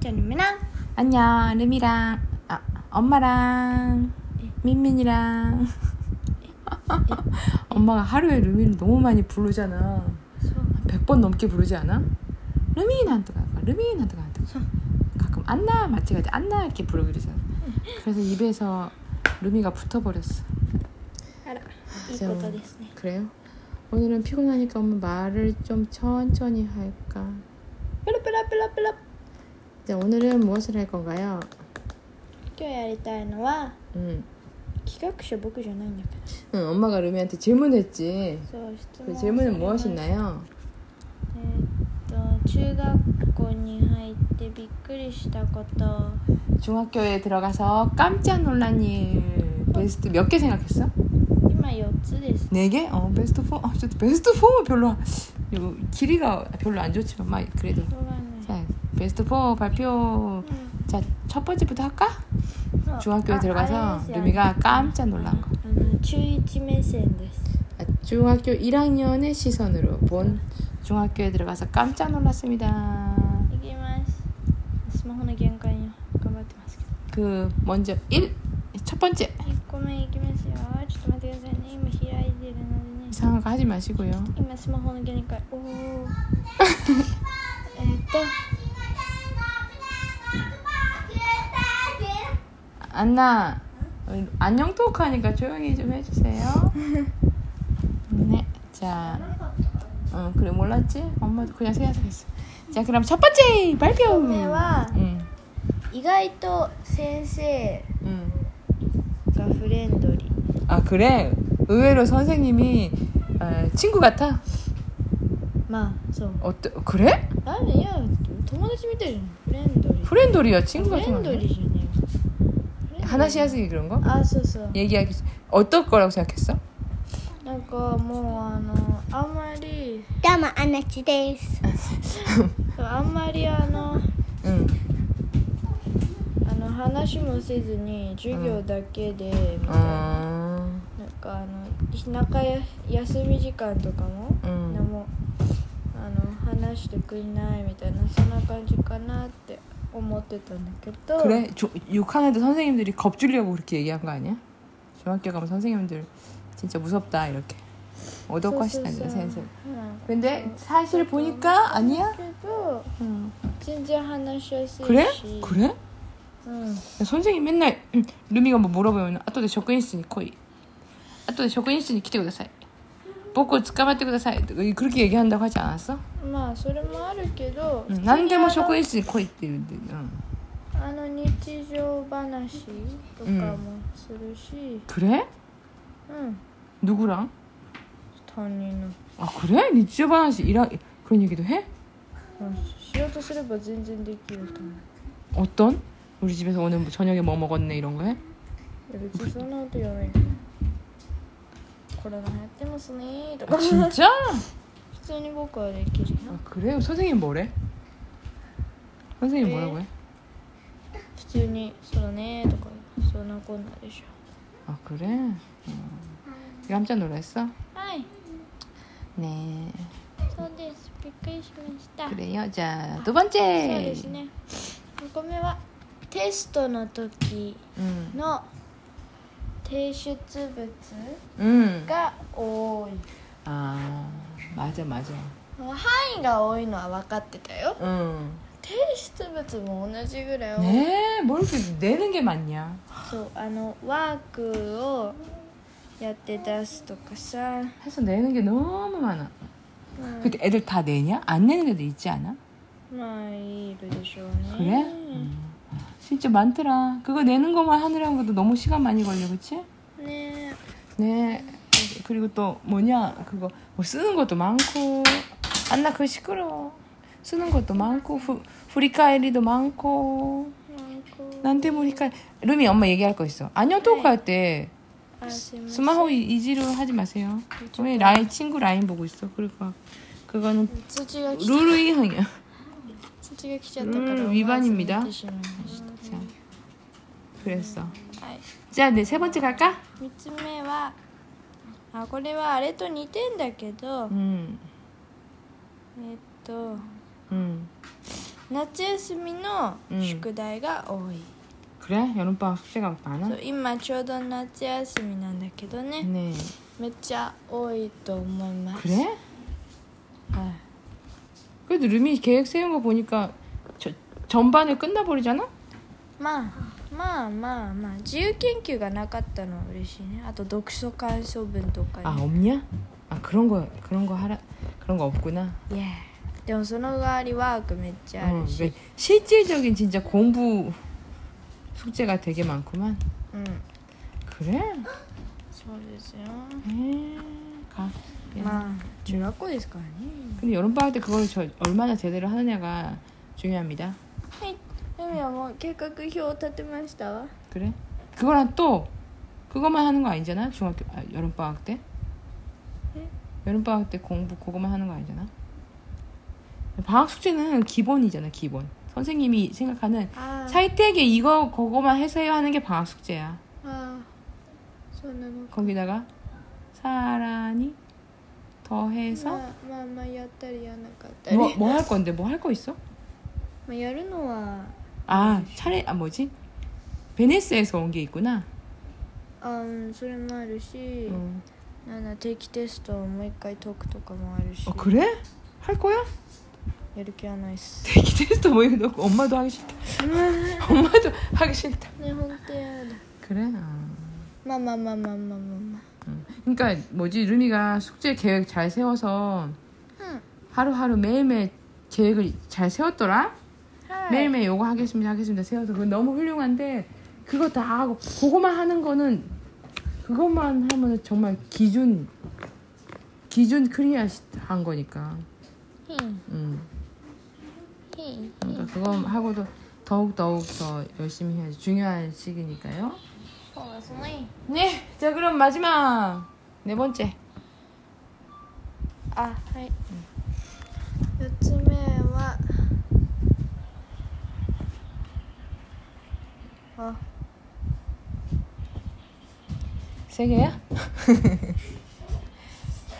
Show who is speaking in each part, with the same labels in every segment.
Speaker 1: 전입니다.
Speaker 2: 안녕 름이랑 아 엄마랑 민민이랑 네. 엄마가 하루에 르미를 너무 많이 부르잖아 한 100번 넘게 부르지 않아? 르미 나한테 가까 르미 나한테 가까 가끔 안나 마치 가지 안나 이렇게 부르고 그러잖아 그래서 입에서 르미가 붙어버렸어
Speaker 1: 알아. 이
Speaker 2: 저-
Speaker 1: 것도 됐네.
Speaker 2: 그래요? 오늘은 피곤하니까 엄마 말을 좀 천천히 할까
Speaker 1: 빼라빼라빼라빼라.
Speaker 2: 네, 오늘은 무엇을 할 건가요?
Speaker 1: 今日やりたいのは
Speaker 2: 음,
Speaker 1: 企画書僕じゃないんだけど。
Speaker 2: 응, 엄마가 르미한테 질문했지
Speaker 1: そう質問
Speaker 2: 그
Speaker 1: を
Speaker 2: 질문은
Speaker 1: されました
Speaker 2: 무엇이나요?
Speaker 1: えーっと中学校に入ってびっくりしたこと。
Speaker 2: 중학교에 들어가서 깜짝 놀란 일 베스트 몇 개 생각했어?
Speaker 1: 今四つです。
Speaker 2: 네 개? 어 베스트 4? 아, 진짜 베스트 4는 별로 이거 길이가 별로 안 좋지만 막 그래도
Speaker 1: しょうがない。
Speaker 2: 자 베스트 4 발표 자 첫 번째부터 할까?
Speaker 1: うん
Speaker 2: 중학교에
Speaker 1: あ
Speaker 2: 들어가서
Speaker 1: あれですよ
Speaker 2: 루미가 깜짝 놀란 거
Speaker 1: あの中一目線です。
Speaker 2: 아, 중학교 1학년의 시선으로 본 중학교에 들어가서 깜짝 놀랐습니다
Speaker 1: いきます。スマホの限界に頑張ってますけど。
Speaker 2: 그 먼저 1 첫 번째
Speaker 1: 1個目いきますよ。ちょっと待ってくださいね。今開いてるのでね。
Speaker 2: 이상한 거 하지 마시고요
Speaker 1: 今スマホの限界。おお。えーっと、
Speaker 2: 안나 어, 안녕 토크 하니까 조용히 좀 해주세요. 네, 자, 어 그래 몰랐지? 엄마도 그냥 생각했어. 자, 그럼 첫 번째 발표.
Speaker 1: 目は
Speaker 2: 응,
Speaker 1: 意外と先生
Speaker 2: 응.
Speaker 1: がフレンドリー。
Speaker 2: 아 그래? 의외로 선생님이 어, 친구 같아?
Speaker 1: まあ、そう。
Speaker 2: 어떠? 그래?
Speaker 1: あれいや、友達みたいじゃん。フレンドリー。
Speaker 2: 프렌돌이야 친구
Speaker 1: フレ
Speaker 2: 같은
Speaker 1: ンドリー
Speaker 2: 거.
Speaker 1: じゃねえよ。
Speaker 2: 하나씩 하시기 그런 거?
Speaker 1: あ、そうそう。
Speaker 2: 얘기하기 어떨 거라고 생각했어?
Speaker 1: なんかもうあのあんまり
Speaker 3: どうも、アナチです。
Speaker 1: あんまりあの
Speaker 2: 응.
Speaker 1: あの話もせずに授業だけでみたいな,、
Speaker 2: 어,
Speaker 1: なんかあの中や休み時間とかも、
Speaker 2: 응.
Speaker 1: 何もあの話してくれないみたいなそんな感じかなって思ってたんだけど
Speaker 2: 그래? 조, 6학년도 선생님들이 겁주려고 그렇게 얘기한 거 아니야? 중학교 가면 선생님들 진짜 무섭다 이렇게
Speaker 1: そう
Speaker 2: 어둡고
Speaker 1: そうそう
Speaker 2: 하시다는데 선생님
Speaker 1: うんけ
Speaker 2: 근데 사실 보니까 아니야?
Speaker 1: ど
Speaker 2: 응.
Speaker 1: 全然話しやすいし
Speaker 2: 그래? 그래?
Speaker 1: うん、
Speaker 2: 야, 선생님 맨날 루미가 뭐 물어보면 아또데 접근했으니 거의 아또데 접근했으니 기대 ください 복고 捕まってください 그렇게 얘기한다고 하지 않았어?
Speaker 1: まあそれもあるけど
Speaker 2: 응. 난데
Speaker 1: 普通にあ
Speaker 2: 뭐
Speaker 1: の
Speaker 2: 접근했으니 거의って言うんで 응.
Speaker 1: あの日常話とかもするし、
Speaker 2: 그래?
Speaker 1: うん、
Speaker 2: 누구랑?
Speaker 1: 担任の
Speaker 2: 아 그래? 니 지저분한 일하 그런 얘기도 해?
Speaker 1: しようとすれば全然できると思う
Speaker 2: 어떤? 우리 집에서 오늘 뭐 저녁에 뭐 먹었네 이런 거
Speaker 1: い
Speaker 2: 해?
Speaker 1: や別にそんなこと言わないコロナ流行ってますねーと
Speaker 2: 아
Speaker 1: か
Speaker 2: 진짜?
Speaker 1: 普通に僕はできるよ
Speaker 2: 아 그래요? 선생님 뭐래? 선생님 뭐라고 해?
Speaker 1: 普通にそうだねーとかそんなこんなでし
Speaker 2: 아 그래? 어. 깜짝 놀랐어?
Speaker 1: ょはい
Speaker 2: 네
Speaker 1: そうですびっくりしましたそう
Speaker 2: 그래요 자 두
Speaker 1: で
Speaker 2: 번째
Speaker 1: すね2個目はテストの時
Speaker 2: 음.
Speaker 1: の提出物
Speaker 2: 음.
Speaker 1: が多い
Speaker 2: 아 맞아 맞아
Speaker 1: 範囲が多いのは分かってたよ
Speaker 2: 응.
Speaker 1: 提出物も同じぐらい多い
Speaker 2: 음. 네? 뭘 이렇게 내는 게 많냐
Speaker 1: そうあのワークをやって出すとかさ、
Speaker 2: 해서 내는 게 너무 많아
Speaker 1: まあ
Speaker 2: 근데 애들 다 내냐? 안 내는 애도 있지 않아?
Speaker 1: まあいるでしょう
Speaker 2: 그래?
Speaker 1: ね
Speaker 2: 음. 진짜 많더라 그거 내는 것만 하느라고도 너무 시간 많이 걸려 그치?
Speaker 1: ね
Speaker 2: 네 그리고 또 뭐냐 그거 뭐 쓰는 것도 많고 안나 그거 시끄러워 쓰는 것도 많고 후, 후리카에리도 많고
Speaker 1: えなんか
Speaker 2: 난데 모니까 루미 엄마 얘기할 거 있어 안녕 토크 할 때
Speaker 1: あすいません
Speaker 2: 스마호 이- 이지로 하지 마세요 왜 라인 친구 라인 보고 있어 그리고 그거는
Speaker 1: 通知が来ちゃ
Speaker 2: 룰 위헌이야
Speaker 1: 通知が来ちゃったから
Speaker 2: ルール違反に見た
Speaker 1: 思わず見てしまいまし
Speaker 2: 자, 그랬어
Speaker 1: たはい
Speaker 2: 자 네 세 번째 갈까?
Speaker 1: 3つ目はあこれはあれと似てんだけど、えっと
Speaker 2: 음, 음음
Speaker 1: 夏休みの
Speaker 2: うん
Speaker 1: 宿題が多い、
Speaker 2: 그래? 여름방학 숙제가 많아?
Speaker 1: そう今ちょうど夏休みなんだけどね、
Speaker 2: 네
Speaker 1: めっちゃ多いと思います
Speaker 2: 그래?
Speaker 1: はい
Speaker 2: 그래도 루미 계획 세운 거 보니까 저, 전반을 끝나버리잖아?
Speaker 1: まあまあまあまあ自由研究がなかったのは嬉しいねあと読書感想文とか
Speaker 2: 아
Speaker 1: ね
Speaker 2: 없냐? 아 그런 거 그런 거 하라 그런 거 없구나
Speaker 1: いやでもその代わりワークめっちゃあ
Speaker 2: 어,
Speaker 1: るし、
Speaker 2: 그러니까 실질적인 진짜 공부 숙제가 되게 많구만
Speaker 1: うん
Speaker 2: 그래?
Speaker 1: そうですよ
Speaker 2: 에이, 가. 예.
Speaker 1: まあ中学校ですからね
Speaker 2: 근데 여름방학 때 그걸 저 얼마나 제대로 하느냐가 중요합니다
Speaker 1: はい海はもう計画表を立てましたわ
Speaker 2: 그래? 그거랑 또 그것만 하는 거 아니잖아 중학교 아, 여름방학 때
Speaker 1: 응?
Speaker 2: 여름방학 때 공부 그것만 하는 거 아니잖아 방학 숙제는 기본이잖아 기본 선생님이 생각하는
Speaker 1: あー
Speaker 2: 차이택에 이거 그거만 해서요 하는 게 방학 숙제야
Speaker 1: あーそうなのか
Speaker 2: 거기다가 사랑이 더해서
Speaker 1: まあまあまあやったりやらなかったり、
Speaker 2: 뭐 뭐 할 건데 뭐 할 거 있어?
Speaker 1: まあ、やるのは
Speaker 2: 아 차례 아 뭐지 베네스에서 온 게 있구나
Speaker 1: あうんそれもあるし、
Speaker 2: 어.
Speaker 1: なんだ定期テストをもう一回解くとかもあるし、
Speaker 2: 어 그래? 할 거야?
Speaker 1: やる気はないっす
Speaker 2: 대기 테스트 모의놓고 엄마도 하기 싫다. 엄마도 하기 싫다.
Speaker 1: ね本当やだ
Speaker 2: 음. 그래? 아.
Speaker 1: まあまあまあまあまあまあま
Speaker 2: 응. 그러니까 뭐지 루미가 숙제 계획 잘 세워서
Speaker 1: あ
Speaker 2: 하루하루 매일매일 계획을 잘 세웠더라.
Speaker 1: うんはい
Speaker 2: 매일매일 요거 하겠습니다 하겠습니다 세워서 그거 너무 훌륭한데 그거 다 하고 그거만 하는 거는 그것만 하면 정말 기준 기준 클리어 한 거니까.
Speaker 1: ひん
Speaker 2: 응.
Speaker 1: ひん
Speaker 2: 그러니까 그거 하고도 더욱 더욱 더 열심히 해야지 중요한 시기니까요.
Speaker 1: そうですね
Speaker 2: 네, 자 그럼 마지막 네 번째.
Speaker 1: あはい4つ目はあ
Speaker 2: 세 개야?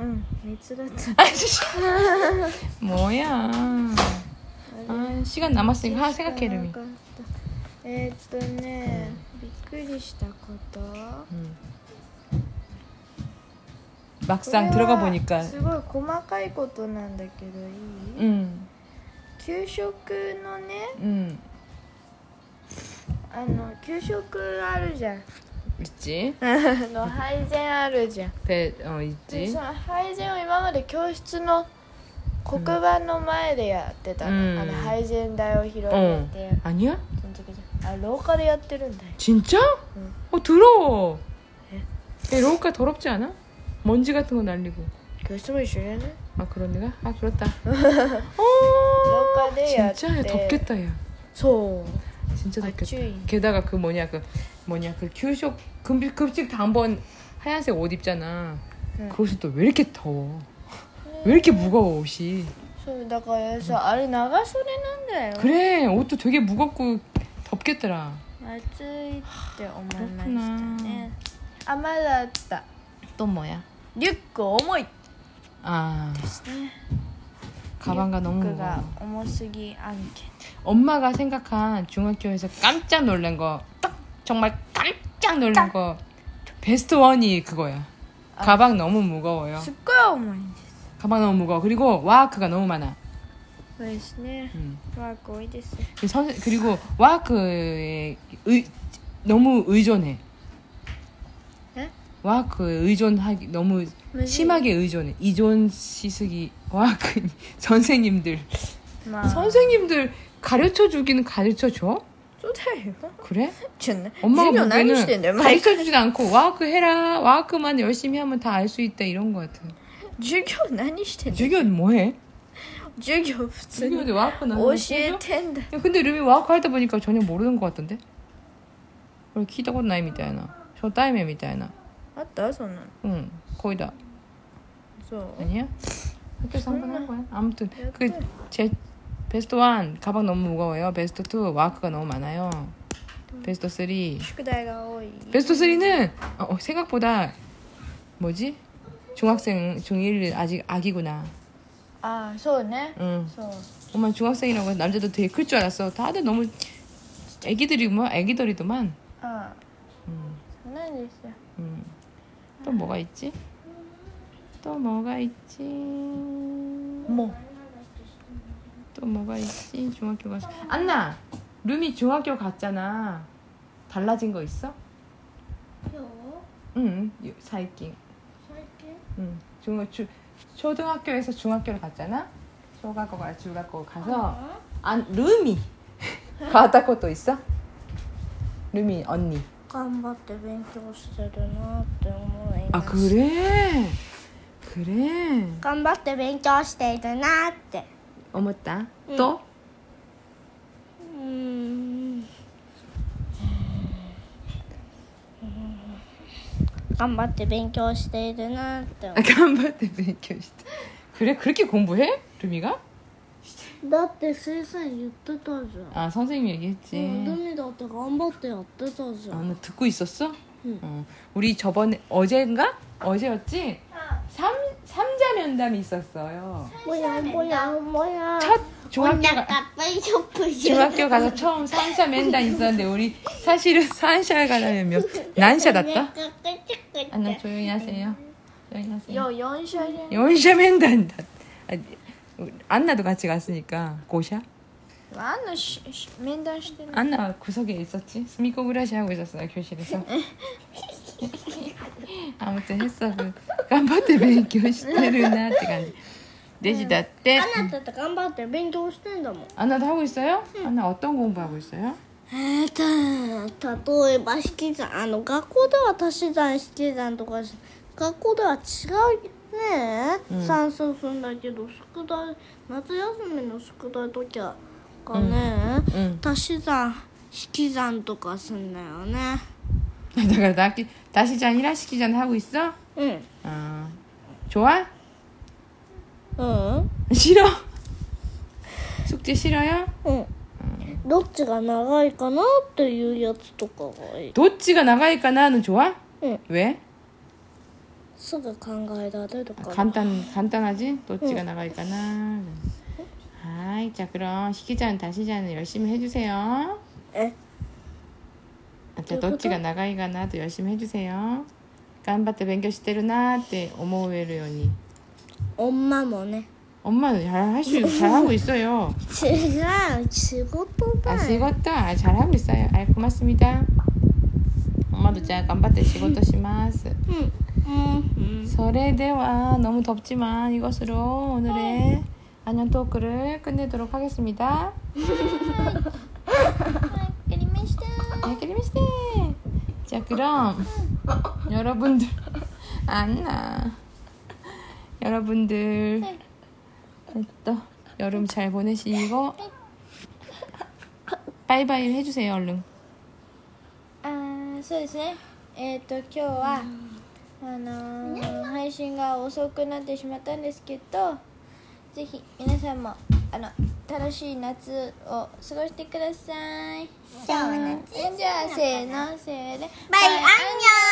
Speaker 1: うん3つだった
Speaker 2: 뭐야? 아, 시간 남았으니까 하나 생각해, 루미.
Speaker 1: 知らなかったえーっとねびっくりしたことこ
Speaker 2: 음.
Speaker 1: れは
Speaker 2: 막상 들어가 보니까,
Speaker 1: すごい細かいことなんだけどいい、
Speaker 2: 음,
Speaker 1: 給食のね
Speaker 2: 음,
Speaker 1: あの給食あるじゃん
Speaker 2: 있지.
Speaker 1: あの配膳あるじゃん
Speaker 2: 배 어,
Speaker 1: で
Speaker 2: 있지.
Speaker 1: その配膳を今まで教室の黒板の前でやってたの,、
Speaker 2: うん
Speaker 1: あの配膳台を広げて、
Speaker 2: 어, 아니야?
Speaker 1: その時じゃんあ廊下でやってるんだよ
Speaker 2: 진짜?
Speaker 1: 응.
Speaker 2: 어, 더러워.
Speaker 1: 네.
Speaker 2: 내 로우가 더럽지 않아? 먼지 같은 거 날리고.
Speaker 1: 教室も一緒じゃない
Speaker 2: 아, 그런 애가? 아, 그렇다. 어,
Speaker 1: 廊下でやって
Speaker 2: 진짜 야, 덥겠다, 야.
Speaker 1: そう
Speaker 2: 진짜
Speaker 1: 네, 아,
Speaker 2: 덥겠다.
Speaker 1: 추위.
Speaker 2: 게다가 그 뭐냐 그 뭐냐 그 규쇼 급식 급식 당번 하얀색 옷 입잖아.
Speaker 1: 응.
Speaker 2: 그것이 또 왜 이렇게 더워? 왜 이렇게 무거워 옷이?
Speaker 1: そうだからさ、あれ長袖なんだよ
Speaker 2: 그래 옷도 되게 무겁고 덥겠더라.
Speaker 1: 暑いって思いま
Speaker 2: 그렇구나
Speaker 1: したねあまだあった
Speaker 2: 또 뭐야?
Speaker 1: リュック重い
Speaker 2: 아
Speaker 1: ね
Speaker 2: 가방가 너무
Speaker 1: リュックが
Speaker 2: 무거워.
Speaker 1: 重すぎ案件
Speaker 2: 엄마가 생각한 중학교에서 깜짝 놀란 거, 딱 정말 깜짝 놀란 거 베스트 원이 그거야. 가방 너무 무거워요.
Speaker 1: すっごい重いんです
Speaker 2: 가방 너무 무거워. 그리고 와크가 너무 많아.
Speaker 1: そうですね
Speaker 2: 음.
Speaker 1: ワーク多いです
Speaker 2: 그 선, 그리고 와크에 의, 너무 의존해.
Speaker 1: 에?
Speaker 2: 와크에 그 의존하기 너무
Speaker 1: 무슨-
Speaker 2: 심하게 의존해. 이존 시스기 와크 그 선생님들
Speaker 1: まあ
Speaker 2: 선생님들 가르쳐 주기는 가르쳐 줘?
Speaker 1: そうだよ
Speaker 2: 그래?
Speaker 1: ちょね授
Speaker 2: 엄마가
Speaker 1: 業何してんだよ
Speaker 2: 보기에는
Speaker 1: 毎回
Speaker 2: 가르쳐 주진 않고 와크 그 해라 와크만 열심히 하면 다 알 수 있다 이런 거 같아.
Speaker 1: 授業何してんだよ
Speaker 2: 주교는 뭐해?
Speaker 1: 授業普通に
Speaker 2: 주교도 와크는
Speaker 1: 教
Speaker 2: 하는
Speaker 1: え
Speaker 2: 거죠?
Speaker 1: てんだ
Speaker 2: 야, 근데 루미 와크 할때 보니까 전혀 모르는 것 같던데? 우리 키다고 나이 미타이나 저 따이메 미타이나
Speaker 1: あったそんなの
Speaker 2: 응 거의 다
Speaker 1: そう
Speaker 2: 아니야? 학교에서 한 번 한 거야 아무튼
Speaker 1: 야, 또.
Speaker 2: 그 제 베스트 1 가방 너무 무거워요 베스트 2 와크가 너무 많아요 베스트 3
Speaker 1: 宿題が多い
Speaker 2: 베스트 3는 어, 어, 생각보다 뭐지? 중학생 중1 아직 아기구나
Speaker 1: あそうね
Speaker 2: 응.
Speaker 1: そう
Speaker 2: 엄마 중학생이라고 남자도 되게 클 줄 알았어. 다들 너무 애기들이 뭐 애기들이더만.
Speaker 1: あ
Speaker 2: 음,
Speaker 1: そうなんですよ
Speaker 2: 음. 또 뭐가 있지? 또 뭐가 있지?
Speaker 1: 뭐?
Speaker 2: 또 뭐가 있지? 중학교 갔어. 안나, 루미 중학교 갔잖아. 달라진 거 있어? 응, 요- 사이킹. 응. 중, 주, 초등학교에서 중학교를 갔잖아. 초등학교 가 중학교 가서 안 루미 갔다 것도 있어? 루미 언니.
Speaker 3: 頑張って勉強してるなって思い
Speaker 2: 아
Speaker 3: ます
Speaker 2: 그래. 그래.
Speaker 3: 頑張って勉強しているなって
Speaker 2: 어머따.
Speaker 3: 응.
Speaker 2: 또?
Speaker 3: うーん頑張って勉強しているなって思
Speaker 2: 아, 간발대 베이커시다. 그래 그렇게 공부해? 루미가?
Speaker 3: うだって先生言ってたじゃん
Speaker 2: 아 선생님 얘기했지.
Speaker 3: ミだって頑張ってやってたじ
Speaker 2: 아, 나 듣고 있었어? 어, 우리 저번에 어젠가? 어제였지? 삼 삼자 면담이 있었어요.
Speaker 3: もやもやもや
Speaker 2: 첫 중학교 가,
Speaker 3: ぷりちょっぷり
Speaker 2: 중학교 가서 처음 산샤 맨단 있었는데 우리 사실은 산샤 가려면 몇 난샤 났다? 아, 안나 조용히 하세요. 조용히
Speaker 1: よ
Speaker 2: 하세요.
Speaker 1: 4社じゃん
Speaker 2: 연샤 맨단 났- 아니, 우리 안나도 같이 갔으니까 고샤.
Speaker 1: あんなしし面談してない
Speaker 2: 안나 구석에 있었지? 스미코 그라시 하고 있었어요 교실에서. 아무튼 했어. 그 깜바테 勉強してるなって感じ. 내지다 때.
Speaker 3: あなたって頑張って勉強してんだもん
Speaker 2: 안나도 하고 있어요? 안나 어떤 공부하고 있어요?
Speaker 3: えーと例えば引き算あの学校では足し算引き算とかし学校では違うね、算数するんだけど宿題夏休みの宿題ときはがね、
Speaker 2: うん
Speaker 3: 足し算引き算とかすんだよね
Speaker 2: 다から나 다시 잔 일하시기 전에 하고 있어?
Speaker 3: うん
Speaker 2: 아 좋아?
Speaker 3: うん、
Speaker 2: 싫어? 숙제 싫어요?
Speaker 3: うん、どっちが長いかなっていうやつとかがいい
Speaker 2: 도치가 나가니까 나는 좋아?
Speaker 3: 응.
Speaker 2: 왜?
Speaker 3: すぐ考えられるから
Speaker 2: 간단 간단하지? 도치가 나가니까 나. 아이 자 그럼 시키자는 다시 자는 열심히 해주세요.
Speaker 3: え
Speaker 2: 아, 자 도치가 나가니까 나도 열심히 해주세요. 깜바트 뱅겨 시테르나 때 어머웨르요니.
Speaker 3: 女もね
Speaker 2: 엄마는 잘할수 잘하고 있어요.
Speaker 3: 違う仕事だ
Speaker 2: 아
Speaker 3: よ
Speaker 2: 시것도 아, 잘하고 있어요. 아 고맙습니다. 엄마도 자 깜바트 시것도 시마스.
Speaker 3: うん、
Speaker 2: 서래대와 너무 덥지만 이것으로 오늘의 안녕 토크를 끝내도록 하겠습니다.
Speaker 3: わかりました。
Speaker 2: 알겠습니다. 네, 자 그럼 여러분들 안나 여러분들 또 여름 잘 보내시고 바이바이 해주세요 얼른.
Speaker 1: あーそうですねえっ、と今日はあのー配信が遅くなってしまったんですけどぜひ皆さんもあの楽しい夏を過ごしてください
Speaker 3: そうね
Speaker 1: じゃあせーのせーのバイ
Speaker 3: バイ、アンニョン